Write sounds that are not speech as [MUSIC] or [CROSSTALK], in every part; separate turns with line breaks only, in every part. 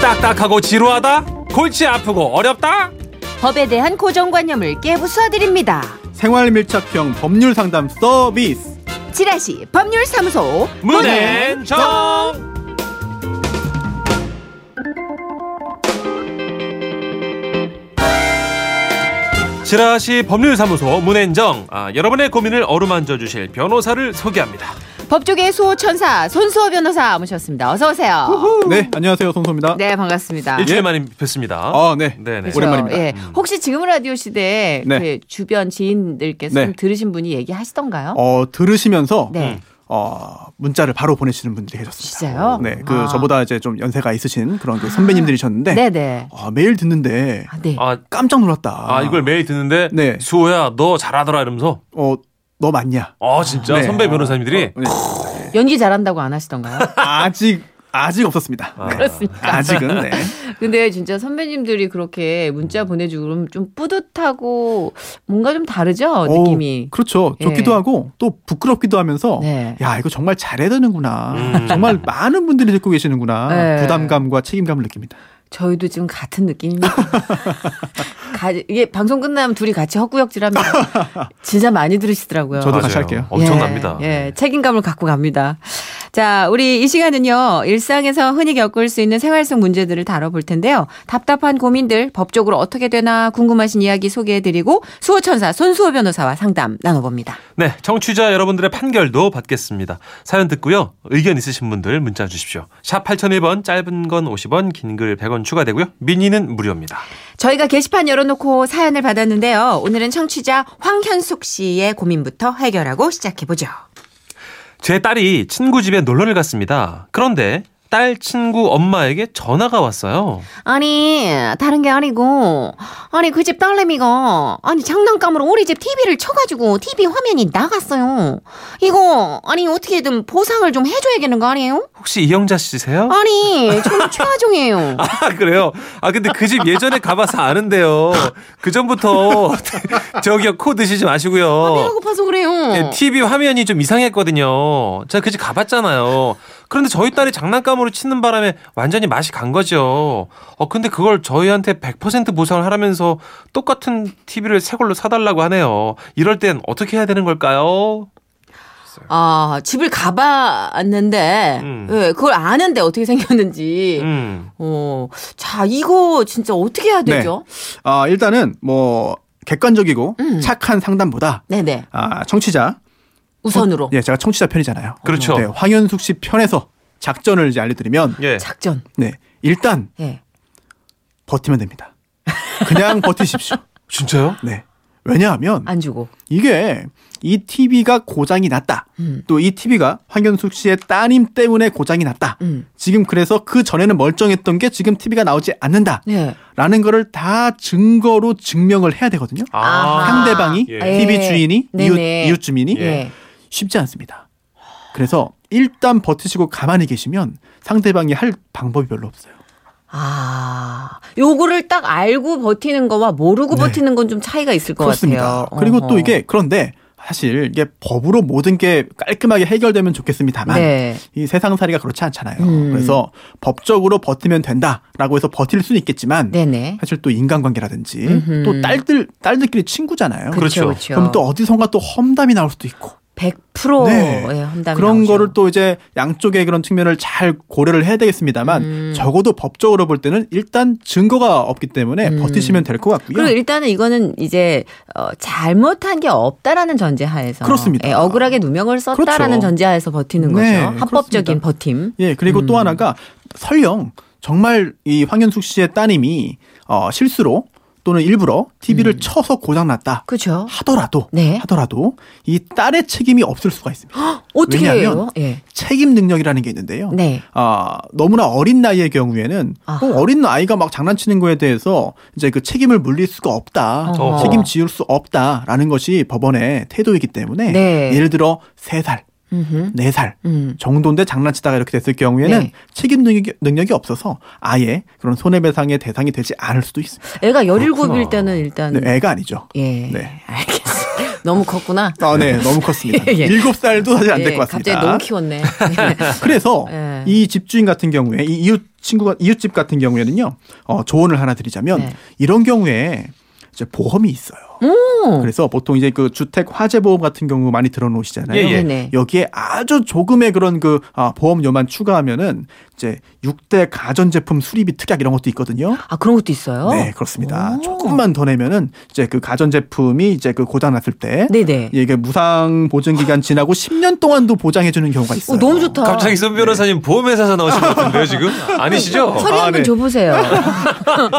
딱딱하고 지루하다? 골치 아프고 어렵다?
법에 대한 고정관념을 깨부숴드립니다.
생활 밀착형 법률 상담 서비스.
지라시 법률사무소
문앤정 지라시 법률사무소 문앤정 아, 여러분의 고민을 어루만져 주실 변호사를 소개합니다.
법조계 수호천사 손수호 변호사 모셨습니다. 어서 오세요.
네, 안녕하세요. 손소입니다.
네 반갑습니다.
일주일 만에 뵙습니다.
아, 네.
네네.
그렇죠.
예, 오랜만입니다. 음.
예. 혹시 지금 라디오 시대에
네.
그 주변 지인들께서
네.
좀 들으신 분이 얘기하시던가요?
어, 들으시면서
네.
어, 문자를 바로 보내시는 분들이 계셨습니다.
진짜요?
네, 그
아.
저보다 이제 좀 연세가 있으신 그런 그 선배님들이셨는데
네네.
아, 매일 듣는데
아, 네.
아,
깜짝 놀랐다.
아 이걸 매일 듣는데
네.
수호야 너 잘하더라 이러면서
어, 너 맞냐?
아 진짜
네.
선배 변호사님들이
네.
연기 잘한다고 안 하시던가요? [LAUGHS]
아직 아직 없었습니다. 네.
그렇습니까?
아직은 네.
근데 진짜 선배님들이 그렇게 문자 보내주고 그럼 좀 뿌듯하고 뭔가 좀 다르죠
어,
느낌이.
그렇죠.
예.
좋기도 하고 또 부끄럽기도 하면서
네.
야 이거 정말 잘해야 되는구나.
음.
정말 많은 분들이 듣고 계시는구나.
네.
부담감과 책임감을 느낍니다.
저희도 지금
[LAUGHS]
같은 느낌입니다. 가- 이게 방송 끝나면 둘이 같이 헛구역질합니다. 진짜 많이 들으시더라고요.
저도
맞아요.
같이 할게요.
엄청납니다. 네.
예, 예, 책임감을 갖고 갑니다. 자, 우리 이 시간은요, 일상에서 흔히 겪을 수 있는 생활 속 문제들을 다뤄볼 텐데요. 답답한 고민들, 법적으로 어떻게 되나 궁금하신 이야기 소개해드리고, 수호천사 손수호 변호사와 상담 나눠봅니다.
네, 청취자 여러분들의 판결도 받겠습니다. 사연 듣고요. 의견 있으신 분들 문자 주십시오. 샵 8001번 짧은 건 50원, 긴 글 100원 추가되고요. 미니는 무료입니다.
저희가 게시판 열어놓고 사연을 받았는데요. 오늘은 청취자 황현숙 씨의 고민부터 해결하고 시작해보죠.
제 딸이 친구 집에 놀러를 갔습니다. 그런데 딸 친구 엄마에게 전화가 왔어요.
아니, 다른 게 아니고, 아니, 그 집 딸내미가, 아니, 장난감으로 우리 집 TV를 쳐가지고 TV 화면이 나갔어요. 이거, 아니, 어떻게든 보상을 좀 해줘야겠는 거 아니에요?
혹시 이영자 씨세요? [LAUGHS]
아니, 저는 최하종이에요.
아, 그래요? 아, 근데 그 집 예전에 가봐서 아는데요. 그 전부터 [LAUGHS] 저기요, 코 드시지
배가
마시고요.
고파서 그래요.
어. 예, TV 화면이 좀 이상했거든요. 제가 그 집 가봤잖아요. 그런데 저희 딸이 장난감으로 치는 바람에 완전히 맛이 간 거죠. 어, 근데 그걸 저희한테 100% 보상을 하라면서 똑같은 TV를 새 걸로 사달라고 하네요. 이럴 땐 어떻게 해야 되는 걸까요?
아, 집을 가봤는데,
음.
예, 그걸 아는데 어떻게 생겼는지.
음.
어, 자, 이거 진짜 어떻게 해야 되죠?
아 일단은 뭐 객관적이고
음.
착한 상담보다
네, 네.
아 청취자
어,
우선으로.
예 제가 청취자 편이잖아요.
그렇죠.
네, 황현숙 씨 편에서 작전을 이제 알려드리면
예.
작전.
네 일단
예.
버티면 됩니다. 그냥 [LAUGHS] 버티십시오.
진짜요?
네 왜냐하면
안 주고.
이게 이 TV가 고장이 났다.
음.
또 이 TV가 황현숙 씨의 따님 때문에 고장이 났다.
음.
지금 그래서 그 전에는 멀쩡했던 게 지금 TV가 나오지 않는다.
네.
라는 거를 다 증거로 증명을 해야 되거든요.
아.
상대방이
예.
TV 주인이 이웃,
네네.
이웃 주민이
예.
쉽지 않습니다. 그래서 일단 버티시고 가만히 계시면 상대방이 할 방법이 별로 없어요.
아, 요거를 딱 알고 버티는 거와 모르고
네.
버티는 건 좀 차이가 있을 것
그렇습니다.
같아요.
그리고
어허.
또 이게 그런데 사실 이게 법으로 모든 게 깔끔하게 해결되면 좋겠습니다만
네.
이 세상살이가 그렇지 않잖아요.
음.
그래서 법적으로 버티면 된다라고 해서 버틸 수는 있겠지만
네네.
사실 또 인간관계라든지
음흠.
또 딸들 딸들끼리 친구잖아요.
그- 그렇죠.
그렇죠.
그럼 또 어디선가 또 험담이 나올 수도 있고
100%의
네.
예, 험담이
그런
나오죠.
거를 또 이제 양쪽의 그런 측면을 잘 고려를 해야 되겠습니다만
음.
적어도 법적으로 볼 때는 일단 증거가 없기 때문에
음.
버티시면 될 것 같고요.
그리고 일단은 이거는 이제 어, 잘못한 게 없다라는 전제하에서
그렇습니다.
예, 억울하게 누명을 썼다라는
그렇죠.
전제하에서 버티는
네,
거죠. 합법적인
그렇습니다.
버팀.
예, 그리고
음.
또 하나가 설령 정말 이 황현숙 씨의 따님이 어, 실수로 또는 일부러 TV를 쳐서 고장났다
그렇죠.
하더라도
음. 네.
하더라도 이 딸의 책임이 없을 수가 있습니다.
어떻게
왜냐하면
해요? 예.
책임 능력이라는 게 있는데요.
네.
아, 너무나 어린 나이의 경우에는
아하.
꼭 어린 아이가 막 장난치는 거에 대해서 이제 그 책임을 물릴 수가 없다.
어허.
책임 지울 수 없다라는 것이 법원의 태도이기 때문에
네.
예를 들어 세살
음흠.
네살
음.
정도인데 장난치다가 이렇게 됐을 경우에는
네.
책임 능력이, 능력이 없어서 아예 그런 손해배상의 대상이 되지 않을 수도 있습니다.
애가 17일
그렇구나.
때는 일단
네, 애가 아니죠.
예.
네.
알겠습니다. [LAUGHS] 너무 컸구나.
아, 네,
[LAUGHS]
너무 컸습니다.
예, 예.
일곱 살도 사실 [LAUGHS] 안 될
예,
것 같습니다.
갑자기 너무
[LAUGHS]
키웠네.
그래서
예.
이 집주인 같은 경우에 이 이웃 친구가 이웃집 같은 경우에는요 어, 조언을 하나 드리자면
네.
이런 경우에 이제 보험이 있어요. 그래서 보통 이제 그 주택 화재 보험 같은 경우 많이 들어놓으시잖아요.
예, 예.
네네.
여기에 아주 조금의 그런 그 아, 보험료만 추가하면은 이제 6대 가전제품 수리비 특약 이런 것도 있거든요.
아 그런 것도 있어요.
네, 그렇습니다.
오.
조금만 더 내면은 이제 그 가전제품이 이제 그 고장 났을 때
네네.
이게 무상 보증 기간 지나고 10년 동안도 보장해 주는 경우가 있어요.
오, 너무 좋다.
갑자기 손
네.
변호사님 보험회사에서 나오신 것 같은데요 지금?
[LAUGHS]
아니시죠?
서류
아,
한번
네.
줘보세요.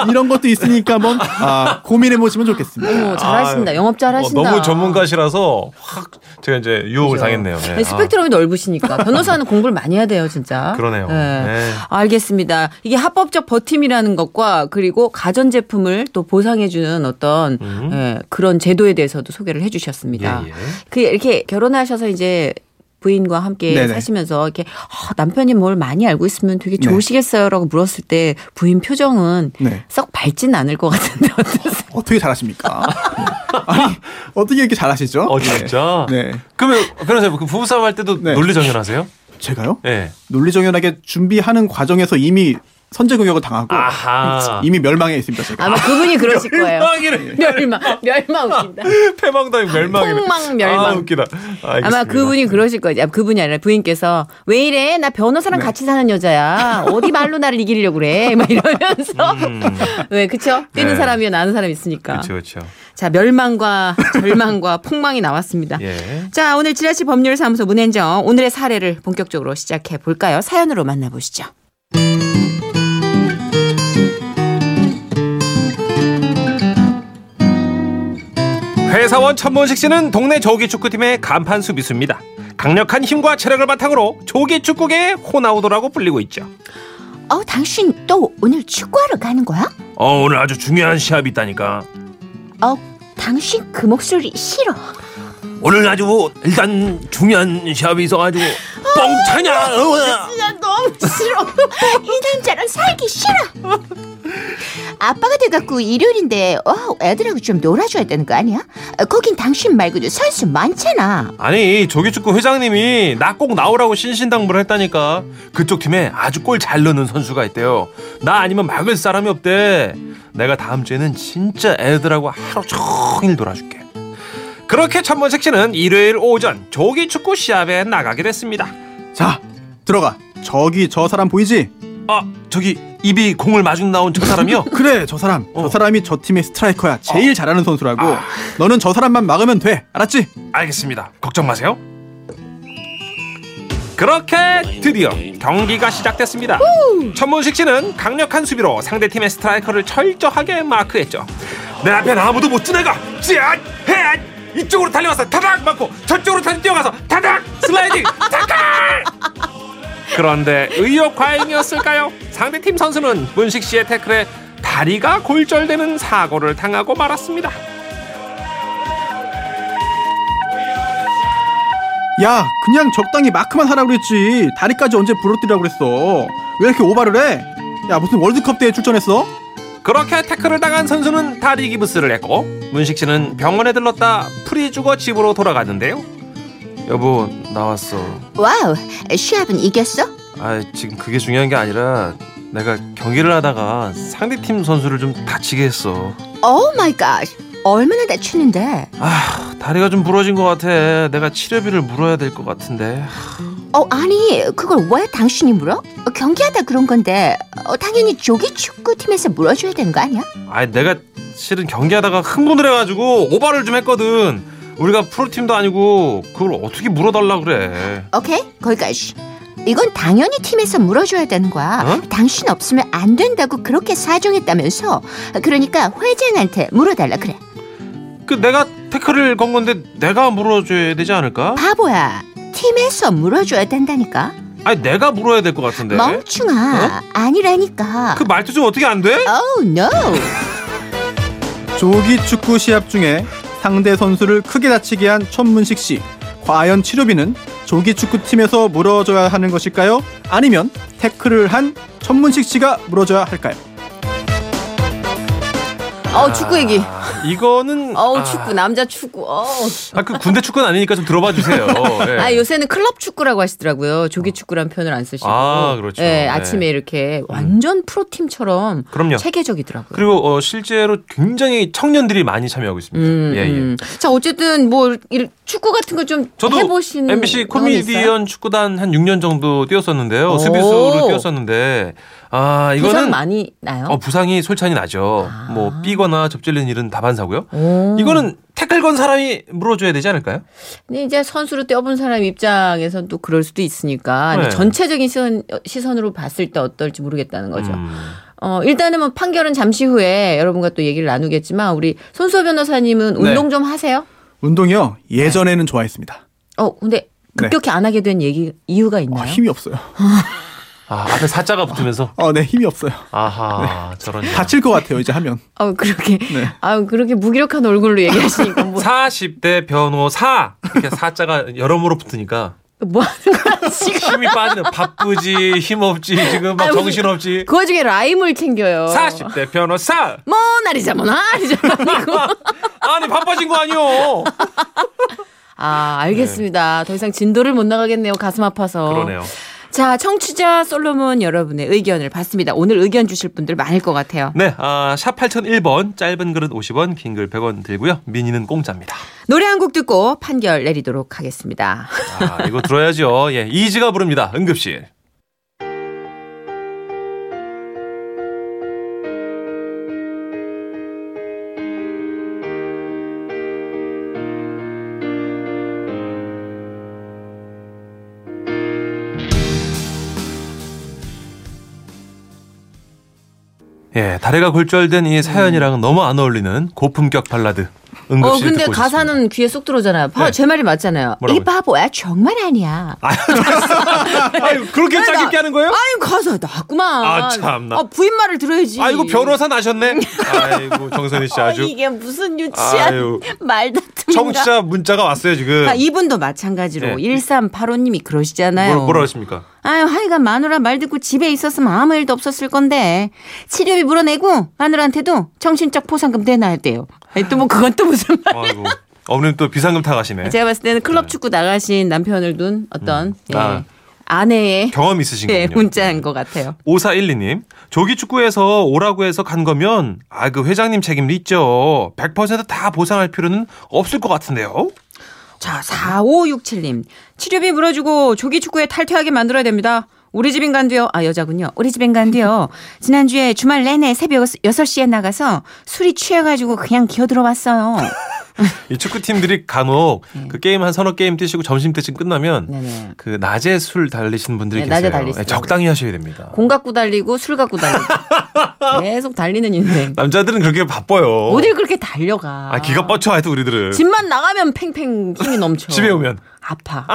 이런 것도 있으니까 한번 아, 고민해 보시면 좋겠습니다.
어머, 잘하신다.
[LAUGHS] 아유.
영업 잘하신다. 그렇죠.
어, 너무 전문가시라서 확 제가 이제 유혹을 당했네요. 네.
아니, 스펙트럼이 넓으시니까 변호사는 공부를 많이 해야 돼요, 진짜.
아, 그러네요.
네.
네.
알겠습니다. 이게 합법적 버팀이라는 것과 그리고 가전 제품을 또 보상해주는 어떤
음.
예, 그런 제도에 대해서도 소개를 해주셨습니다.
예, 예.
그 이렇게 결혼하셔서 이제 부인과 함께
네네.
사시면서 이렇게 아, 남편이 뭘 많이 알고 있으면 되게
네.
좋으시겠어요라고 물었을 때 부인 표정은
네.
썩 밝진 않을 것 같은데 어떠세요?
[LAUGHS]
어떻게 잘하십니까? 네. 아니, 어떻게 이렇게 잘하시죠?
어 진짜.
네. 네.
그러면 변호사님 그 부부싸움 할 때도
네.
논리 정연하세요?
제가요?
예.
논리정연하게 준비하는 과정에서 이미 선제공격을 당하고
아하.
이미 멸망해 있습니다, 제가.
아마 그분이 그러실 거예요.
[LAUGHS] 멸망이래.
멸망, 멸망 웃긴다.
네. 패망당이 멸망이래.
폭망 멸망.
아 웃기다. 알겠습니다. 네.
아마 그분이 그러실 거지. 아, 그분이 아니라 부인께서 왜 이래? 나
네.
변호사랑 같이 사는 여자야. 어디 말로 나를 이기려고 그래? 막 이러면서 왜 그쵸? 뛰는
음. 네.
사람이요, 나는 사람이 있으니까.
그렇죠 그렇죠.
자 멸망과 절망과 [LAUGHS] 폭망이 나왔습니다.
예.
자 오늘 지라시 법률사무소 문현정 오늘의 사례를 본격적으로 시작해 볼까요? 사연으로 만나보시죠.
회사원 천문식 씨는 동네 조기 축구팀의 간판 수비수입니다. 강력한 힘과 체력을 바탕으로 조기 축구계의 호나우도라고 불리고 있죠.
어 당신 또 오늘 축구하러 가는 거야?
어, 오늘 아주 중요한 시합이 있다니까.
어 당신 그 목소리 싫어.
오늘 아주 일단 중요한 시합이 있어가지고
[LAUGHS]
뻥차냐? 어,
나 너무 싫어. [LAUGHS] 이 남자랑 살기 싫어. 아빠가 돼갖고 일요일인데 어, 애들하고 좀 놀아줘야 되는 거 아니야? 어, 거긴 당신 말고도 선수 많잖아.
아니 조기축구 회장님이 나 꼭 나오라고 신신당부를 했다니까 그쪽 팀에 아주 골 잘 넣는 선수가 있대요 나 아니면 막을 사람이 없대 내가 다음 주에는 진짜 애들하고 하루 종일 놀아줄게 그렇게 천번색 씨는 일요일 오전 조기축구 시합에 나가게 됐습니다
자, 들어가. 저기 저 사람 보이지?
아 저기 입이 공을 마중 나온 저 사람이요?
그래, 저 사람.
어. 아.
저 사람이 저 팀의 스트라이커야. 제일 잘하는 선수라고. 너는 저 사람만 막으면 돼. 알았지?
알겠습니다. 걱정 마세요. 그렇게 드디어 경기가 시작됐습니다. 천문식 씨는 강력한 수비로 상대팀의 스트라이커를 철저하게 마크했죠. 내 앞엔 아무도 못 지나가. 찌앗! 헤앗! 이쪽으로 달려와서 타닥 맞고 저쪽으로 다시 뛰어가서 타닥! 슬라이딩! 타닥! 그런데 의욕 과잉이었을까요? 상대팀 선수는 문식 씨의 태클에 다리가 골절되는 사고를 당하고 말았습니다.
야, 그냥 적당히 마크만 하라 그랬지. 다리까지 언제 부러뜨리라 그랬어. 왜 이렇게 오바를 해? 야, 무슨 월드컵 대회 출전했어?
그렇게 태클을 당한 선수는 다리 기부스를 했고 문식 씨는 병원에 들렀다 풀이 죽어 집으로 돌아갔는데요. 여보 나왔어.
와우, 시합은 이겼어?
아 지금 그게 중요한 게 아니라 내가 경기를 하다가 상대팀 선수를 좀 다치게 했어.
오 마이 갓. Oh 얼마나 다쳤는데?
아 다리가 좀 부러진 것 같아. 내가 치료비를 물어야 될 것 같은데.
어, 아니, 그걸 왜 당신이 물어? 어, 경기하다 그런 건데, 어, 당연히 조기 축구팀에서 물어줘야 되는 거 아니야?
아 내가 실은 경기하다가 흥분을 해가지고 오바를 좀 했거든. 우리가 프로팀도 아니고 그걸 어떻게 물어달라 그래.
오케이, 거기까지. 이건 당연히 팀에서 물어줘야 되는 거야.
어?
당신 없으면 안 된다고 그렇게 사정했다면서. 그러니까 회장한테 물어달라 그래.
그 내가 태클을 건 건데 내가 물어줘야 되지 않을까?
바보야, 팀에서 물어줘야 된다니까.
아니 내가 물어야 될 것 같은데.
뭐?
멍충아,
어?
아니라니까.
그 말투 좀 어떻게 안 돼?
Oh no.
조기 축구 시합 중에 상대 선수를 크게 다치게 한 천문식 씨. 과연 치료비는 조기 축구 팀에서 물어줘야 하는 것일까요? 아니면 태클을 한 천문식 씨가 물어줘야 할까요?
어 축구 얘기.
이거는
어우
아,
축구 남자 축구. 어우.
아, 그 군대 축구는 아니니까 좀 들어봐
[LAUGHS]
주세요. 예.
아 요새는 클럽 축구라고 하시더라고요. 조기 축구란 표현을 안 쓰시고.
어. 아, 그렇죠.
예,
네.
아침에 이렇게 완전 프로팀처럼
그럼요.
체계적이더라고요.
그리고 어, 실제로 굉장히 청년들이 많이 참여하고 있습니다.
음,
예, 예.
음. 자 어쨌든 뭐 일- 축구 같은 걸 좀
저도
해보신
MBC
경험이 있어요?
코미디언 축구단 한 6년 정도 뛰었었는데요.
오.
수비수로 뛰었었는데 아
부상
이거는
많이 나요.
어, 부상이 솔찬히 나죠.
아.
뭐 삐거나 접질린 일은 다반사고요.
오.
이거는 태클 건 사람이 물어줘야 되지 않을까요?
근데 이제 선수로 뛰어본 사람 입장에선 또 그럴 수도 있으니까
네.
전체적인 시선, 시선으로 봤을 때 어떨지 모르겠다는 거죠.
음.
어, 일단은 뭐 판결은 잠시 후에 여러분과 또 얘기를 나누겠지만 우리 손수호 변호사님은
네.
운동 좀 하세요?
운동이요. 예전에는 좋아했습니다.
어,
네.
근데 급격히 안 하게 된 얘기 이유가 있나요?
아, 힘이 없어요.
아, 앞에 사자가 붙으면서 네.
어, 네, 힘이 없어요.
아하 저런
다칠 것 같아요. 이제 하면.
어, 그렇게
네.
아, 그렇게 무기력한 얼굴로
[LAUGHS]
얘기하시니까 뭐,
40대 변호사 이렇게 사자가 여러모로 붙으니까
뭐 하는 거야 지금?
힘이 빠지는 바쁘지 힘없지 지금 막
아니, 무슨- 어.
정신없지
그 와중에 라임을 챙겨요. 뭐,
40대 변호사
모나리자 모나리자 뭐 아니고.
아니 바빠진 거 아니요
아, 알겠습니다. 더 이상 진도를 못 나가겠네요. 가슴 아파서.
네. 그러네요
자, 청취자 솔로몬 여러분의 의견을 받습니다. 오늘 의견 주실 분들 많을 것 같아요.
네, 아, 샵 8001번, 짧은 글은 50원, 긴 글 100원 들고요. 미니는 공짜입니다.
노래 한 곡 듣고 판결 내리도록 하겠습니다.
아, 이거 들어야죠. 예, 이지가 부릅니다. 응급실. 예, 다리가 골절된 이 사연이랑은 너무 안 어울리는 고품격 발라드. 응급실
음. 어, 근데
듣고
가사는
오셨습니다.
귀에 쏙 들어오잖아요. 봐,
네.
제 말이 맞잖아요.
뭐라고요?
이 바보야 정말 아니야.
아유, 그렇게
나-
짜깁게 하는 거예요?
아유, 가사 나왔구만.
네? 아, 참나.
아, 부인 말을 들어야지.
아이고 변호사 나셨네. 아이고 정선희 씨
아,
아주.
이게 무슨 유치한
아유
[LAUGHS] 말다툼인가.
청취자 문자가 왔어요 지금.
아, 이분도 네.
네.
마찬가지로 1385님이 그러시잖아요.
뭐라, 뭐라 하십니까?
아유, 하여간 마누라 말 듣고 집에 있었으면 아무 일도 없었을 건데. 치료비 물어내고 마누라한테도 정신적 포상금 내놔야 돼요. 아니, 또 뭐 그건 또 무슨 말.
아이고 어머님 또 비상금 타가시네.
제가 봤을 때는 클럽 축구 나가신 남편을 둔 어떤 예,
아. [LAUGHS]
아내의
경험 있으신
예,
거군요.
문자인 것 같아요.
5412님, 조기축구에서 오라고 해서 간 거면, 아, 그 회장님 책임도 있죠. 100%다 보상할 필요는 없을 것 같은데요?
자, 4567님. 치료비 물어주고 조기 축구에 탈퇴하게 만들어야 됩니다. 우리 집 인간도요. 아, 여자군요. 우리 집 인간도요.
[LAUGHS]
지난주에 주말 내내 새벽 6시에 나가서 술이 취해가지고 그냥 기어들어왔어요.
이 축구팀들이 간혹 그 게임 한 서너 게임 뛰시고 점심 때쯤 끝나면,
음. 네네.
그 낮에 술 달리시는 분들이
네,
계세요.
낮에 달리시더라고요.
네, 적당히 하셔야 됩니다.
공 갖고 달리고 술 갖고 달리고.
[LAUGHS]
계속 달리는 인생.
남자들은 그렇게 바빠요.
어딜 그렇게 달려가.
아, 기가 뻗쳐, 하여튼 우리들은.
집만 나가면 팽팽 힘이 넘쳐.
집에 오면. [LAUGHS]
아파.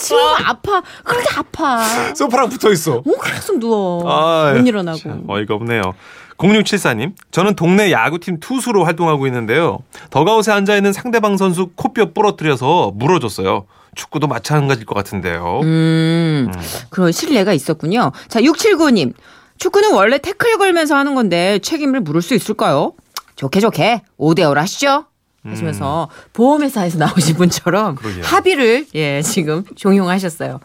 치아가 아파. 그렇게 아파.
소파랑 붙어 있어.
뭐 계속 누워.
아유, 예.
못 일어나고.
참 어이가 없네요. 0674님, 저는 동네 야구팀 투수로 활동하고 있는데요. 더가웃에 앉아 있는 상대방 선수 코뼈 부러뜨려서 물어줬어요. 축구도 마찬가지일 것 같은데요.
음, 그런 신뢰가 있었군요. 자, 679님. 축구는 원래 태클 걸면서 하는 건데 책임을 물을 수 있을까요? 좋게 좋게 5대5로 하시죠. 하시면서
음.
보험회사에서 나오신
[LAUGHS]
분처럼
그러게요.
합의를 예 지금 종용하셨어요.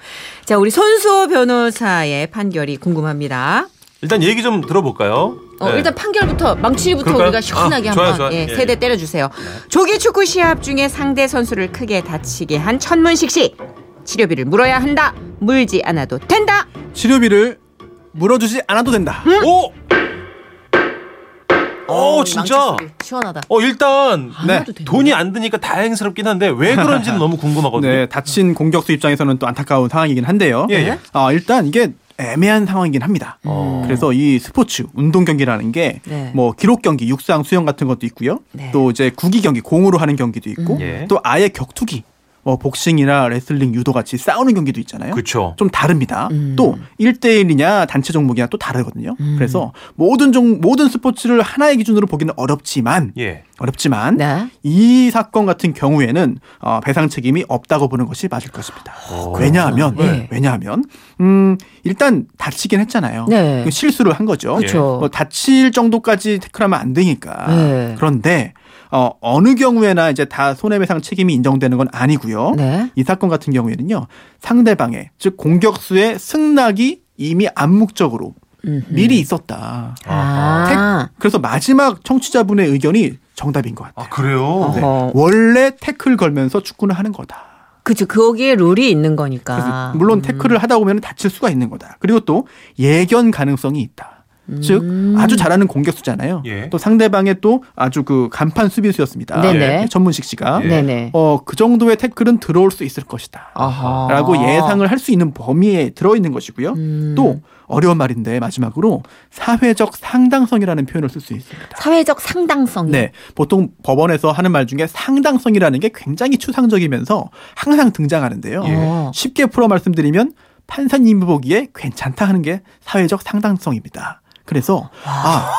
자 우리 손수호 변호사의 판결이 궁금합니다.
일단 얘기 좀 들어볼까요?
어,
네.
일단 판결부터 망치부터
그럴까요?
우리가 시원하게
아, 좋아요,
한번
좋아요.
예,
예,
세대
예.
때려주세요. 조기 축구 시합 중에 상대 선수를 크게 다치게 한 천문식 씨 치료비를 물어야 한다. 물지 않아도 된다.
치료비를 물어주지 않아도 된다.
오! 어, 진짜?
음, 예. 망치 소리 시원하다.
네.
어, 일단,
안
네.
해도 되네.
돈이 안 드니까 다행스럽긴 한데, 왜
[LAUGHS]
그런지는 너무 궁금하거든요. 음.
네, 다친 공격수 입장에서는 또 안타까운 상황이긴 한데요.
예, 음. 어. 예.
아, 일단 이게 애매한 상황이긴 합니다. 그래서 이 스포츠 운동 경기라는 게 뭐
네.
기록 경기, 육상, 수영 같은 것도 있고요.
네.
또 이제 구기 경기, 공으로 하는 경기도 있고,
음. 예.
또 아예 격투기, 뭐 복싱이나 레슬링, 유도 같이 싸우는 경기도 있잖아요.
그쵸.
좀 다릅니다.
음.
또 1대1이냐 단체 종목이냐 또 다르거든요.
음.
그래서 모든 종 모든 스포츠를 하나의 기준으로 보기는 어렵지만
예.
어렵지만
네.
이 사건 같은 경우에는 어, 배상 책임이 없다고 보는 것이 맞을 것입니다. 왜냐하면
아, 네.
왜냐하면 음, 일단 다치긴 했잖아요.
네. 그렇죠.
그 실수를 한 거죠.
그쵸.
뭐 다칠 정도까지 태클하면 안 되니까.
네.
그런데 어, 어느 경우에나 이제 다 손해배상 책임이 인정되는 건 아니고요.
네.
이 사건 같은 경우에는요 상대방의 즉 공격수의 승낙이 이미 암묵적으로 미리 있었다.
아.
그래서 마지막 청취자분의 의견이 정답인 것 같아요.
아 그래요?
네.
어허.
원래 태클 걸면서 축구는 하는 거다.
그죠. 거기에 룰이 있는
그래서
거니까.
물론 태클을 하다 보면 다칠 수가 있는 거다. 그리고 또 예견 가능성이 있다. 즉
음.
아주 잘하는 공격수잖아요.
예.
또 상대방의 또 아주 그 간판 수비수였습니다.
네네.
전문식 씨가
예.
네네.
어 그 정도의 태클은 들어올 수 있을 것이다.
아하.
라고 예상을 할 수 있는 범위에 들어있는 것이고요.
음.
또 어려운 말인데 마지막으로 사회적 상당성이라는 표현을 쓸 수 있습니다.
사회적 상당성.
네, 보통 법원에서 하는 말 중에 상당성이라는 게 굉장히 추상적이면서 항상 등장하는데요.
예.
어.
쉽게 풀어 말씀드리면 판사님이 보기에 괜찮다 하는 게 사회적 상당성입니다. 그래서 아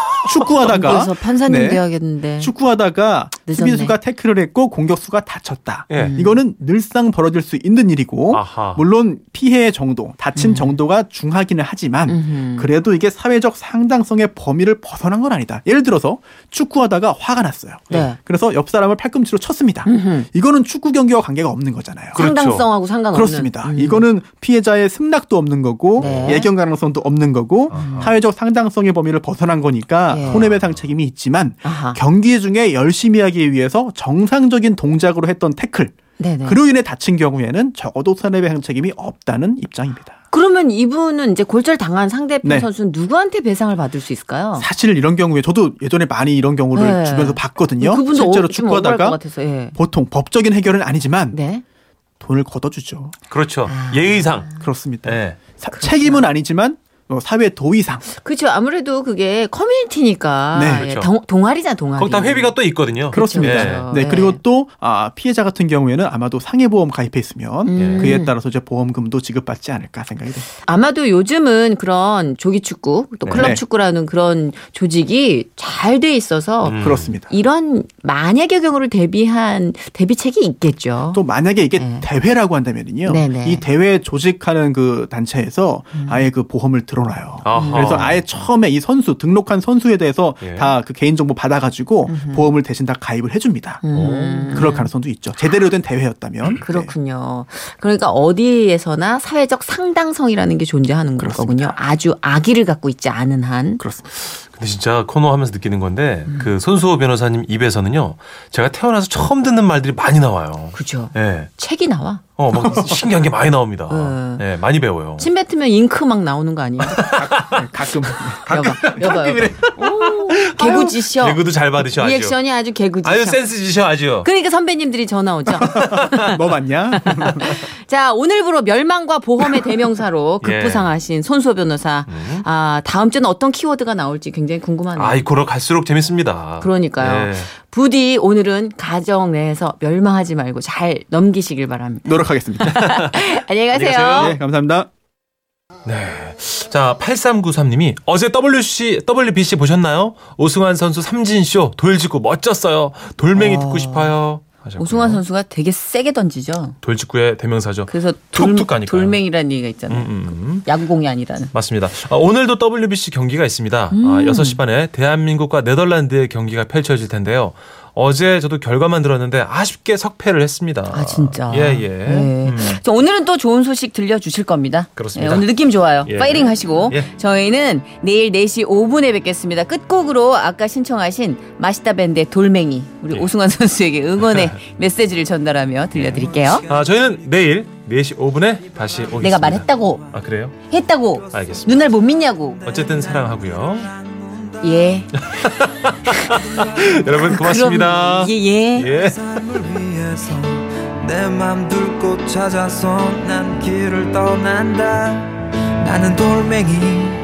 [LAUGHS]
축구하다가
그래서 판사님
네.
되어야겠는데.
축구하다가
늦었네.
수비수가 태클을 했고 공격수가 다쳤다. 음.
예.
이거는 늘상 벌어질 수 있는 일이고
아하.
물론 피해의 정도, 다친 정도가 중하기는 하지만
음. 음흠.
그래도 이게 사회적 상당성의 범위를 벗어난 건 아니다. 예를 들어서 축구하다가 화가 났어요.
네.
그래서 옆 사람을 팔꿈치로 쳤습니다.
음흠.
이거는 축구 경기와 관계가 없는 거잖아요.
그렇죠.
상당성하고 상관없는.
그렇습니다.
음.
이거는 피해자의 승낙도 없는 거고
네.
예견 가능성도 없는 거고 사회적 상당성의 범위를 벗어난 거니까
예.
손해배상 책임이 있지만
아하.
경기 중에 열심히 하기 위해서 정상적인 동작으로 했던 태클
네네.
그로 인해 다친 경우에는 적어도 손해배상 책임이 없다는 입장입니다.
그러면 이분은 이제 골절 당한 상대편
네.
선수는 누구한테 배상을 받을 수 있을까요?
사실 이런 경우에 저도 예전에 많이 이런 경우를
어. 네.
주변에서 봤거든요.
그분도
실제로
어, 좀 억울할 것
축구하다가
같아서. 예.
보통 법적인 해결은 아니지만
네.
돈을 걷어주죠.
그렇죠.
아.
예의상.
그렇습니다.
네.
예.
사- 책임은 아니지만 어, 사회 도의상
그렇죠. 아무래도 그게 커뮤니티니까 예,
네,
그렇죠.
동, 아리잖아 동아리.
거기다 회비가 또 있거든요. 예.
그렇습니다.
그렇죠.
네.
네.
그리고 또 아, 피해자 같은 경우에는 아마도 상해보험 가입해 있으면
네,
음.
그에 따라서 이제 보험금도 지급받지 않을까 생각이 듭니다.
아마도 요즘은 그런 조기 축구 또
네.
클럽
네.
축구라는 그런 조직이 잘 돼 있어서
음.
그렇습니다.
이런 만약의 경우를 대비한 대비책이 있겠죠.
또 만약에 이게
네.
대회라고 한다면요,
네네. 음.
이 대회 조직하는 그 단체에서 아예 그 보험을 들어놔요.
아하.
그래서 아예 처음에 이 선수 등록한 선수에 대해서
예.
다 그 개인정보 받아가지고 보험을 대신 다 가입을 해줍니다. 그럴 가능성도 있죠. 제대로 된 대회였다면
음. 그렇군요. 그러니까 어디에서나 사회적 상당성이라는 게 존재하는 거군요. 아주 악의를 갖고 있지 않은 한.
그렇습니다.
근데 진짜 코너 하면서 느끼는 건데
음.
그 손수호 변호사님 입에서는요. 제가 태어나서 처음 듣는 말들이 많이 나와요.
그죠.
예.
책이 나와.
어,
[LAUGHS]
막 신기한 게 많이 나옵니다.
네.
예, 많이 배워요.
침 뱉으면 잉크 막 나오는 거 아니에요?
네. 가끔
여봐, 여봐, 여봐. 오, 개구지셔.
개그도 잘 받으셔 아주.
리액션이 아주 개구지셔.
아유 센스 지셔 아주.
그러니까 선배님들이 전화 오죠. [LAUGHS]
너뭐 맞냐?
자, 오늘부로 멸망과 보험의 대명사로
[LAUGHS] 예.
급부상하신 손수호 변호사. 아, 다음 주는 어떤 키워드가 나올지 굉장히 궁금하네요.
아이 고로 갈수록 재밌습니다.
그러니까요.
예.
부디 오늘은 가정 내에서 멸망하지 말고 잘 넘기시길 바랍니다.
노력하겠습니다.
안녕히 가세요.
안녕히 가세요.
네, 감사합니다.
자, 8393님이 어제 WC, WBC 보셨나요? 오승환 선수 삼진쇼 돌직구 멋졌어요. 돌멩이 듣고 싶어요. 하셨고요.
오승환 선수가 되게 세게 던지죠.
돌직구의 대명사죠.
그래서 돌,
툭툭 가니까요. 음,
돌멩이라는 얘기가 있잖아요. 야구공이 아니라는.
맞습니다. 아, 오늘도 WBC 경기가 있습니다. 아,
음.
6시 반에 대한민국과 네덜란드의 경기가 펼쳐질 텐데요. 어제 저도 결과만 들었는데 아쉽게 석패를 했습니다.
아 진짜.
예, 예.
네.
음.
자, 오늘은 또 좋은 소식 들려주실 겁니다.
그렇습니다.
예, 오늘 느낌 좋아요.
예.
파이팅 하시고
예.
저희는 내일 4시 5분에 뵙겠습니다. 끝곡으로 아까 신청하신 마시다 밴드의 돌멩이 우리
예.
오승환
[LAUGHS]
선수에게 응원의 메시지를 전달하며 들려드릴게요.
아, 저희는 내일 4시 5분에 다시 오겠습니다.
내가 말했다고
아, 그래요?
했다고
알겠습니다.
눈알 못 믿냐고.
어쨌든 사랑하고요. [LAUGHS]
예.
여러분 고맙습니다.
그럼, 예, 예.
예.
삶을 위해서 내맘 둘곳 찾아서 난 길을 떠난다 나는 돌멩이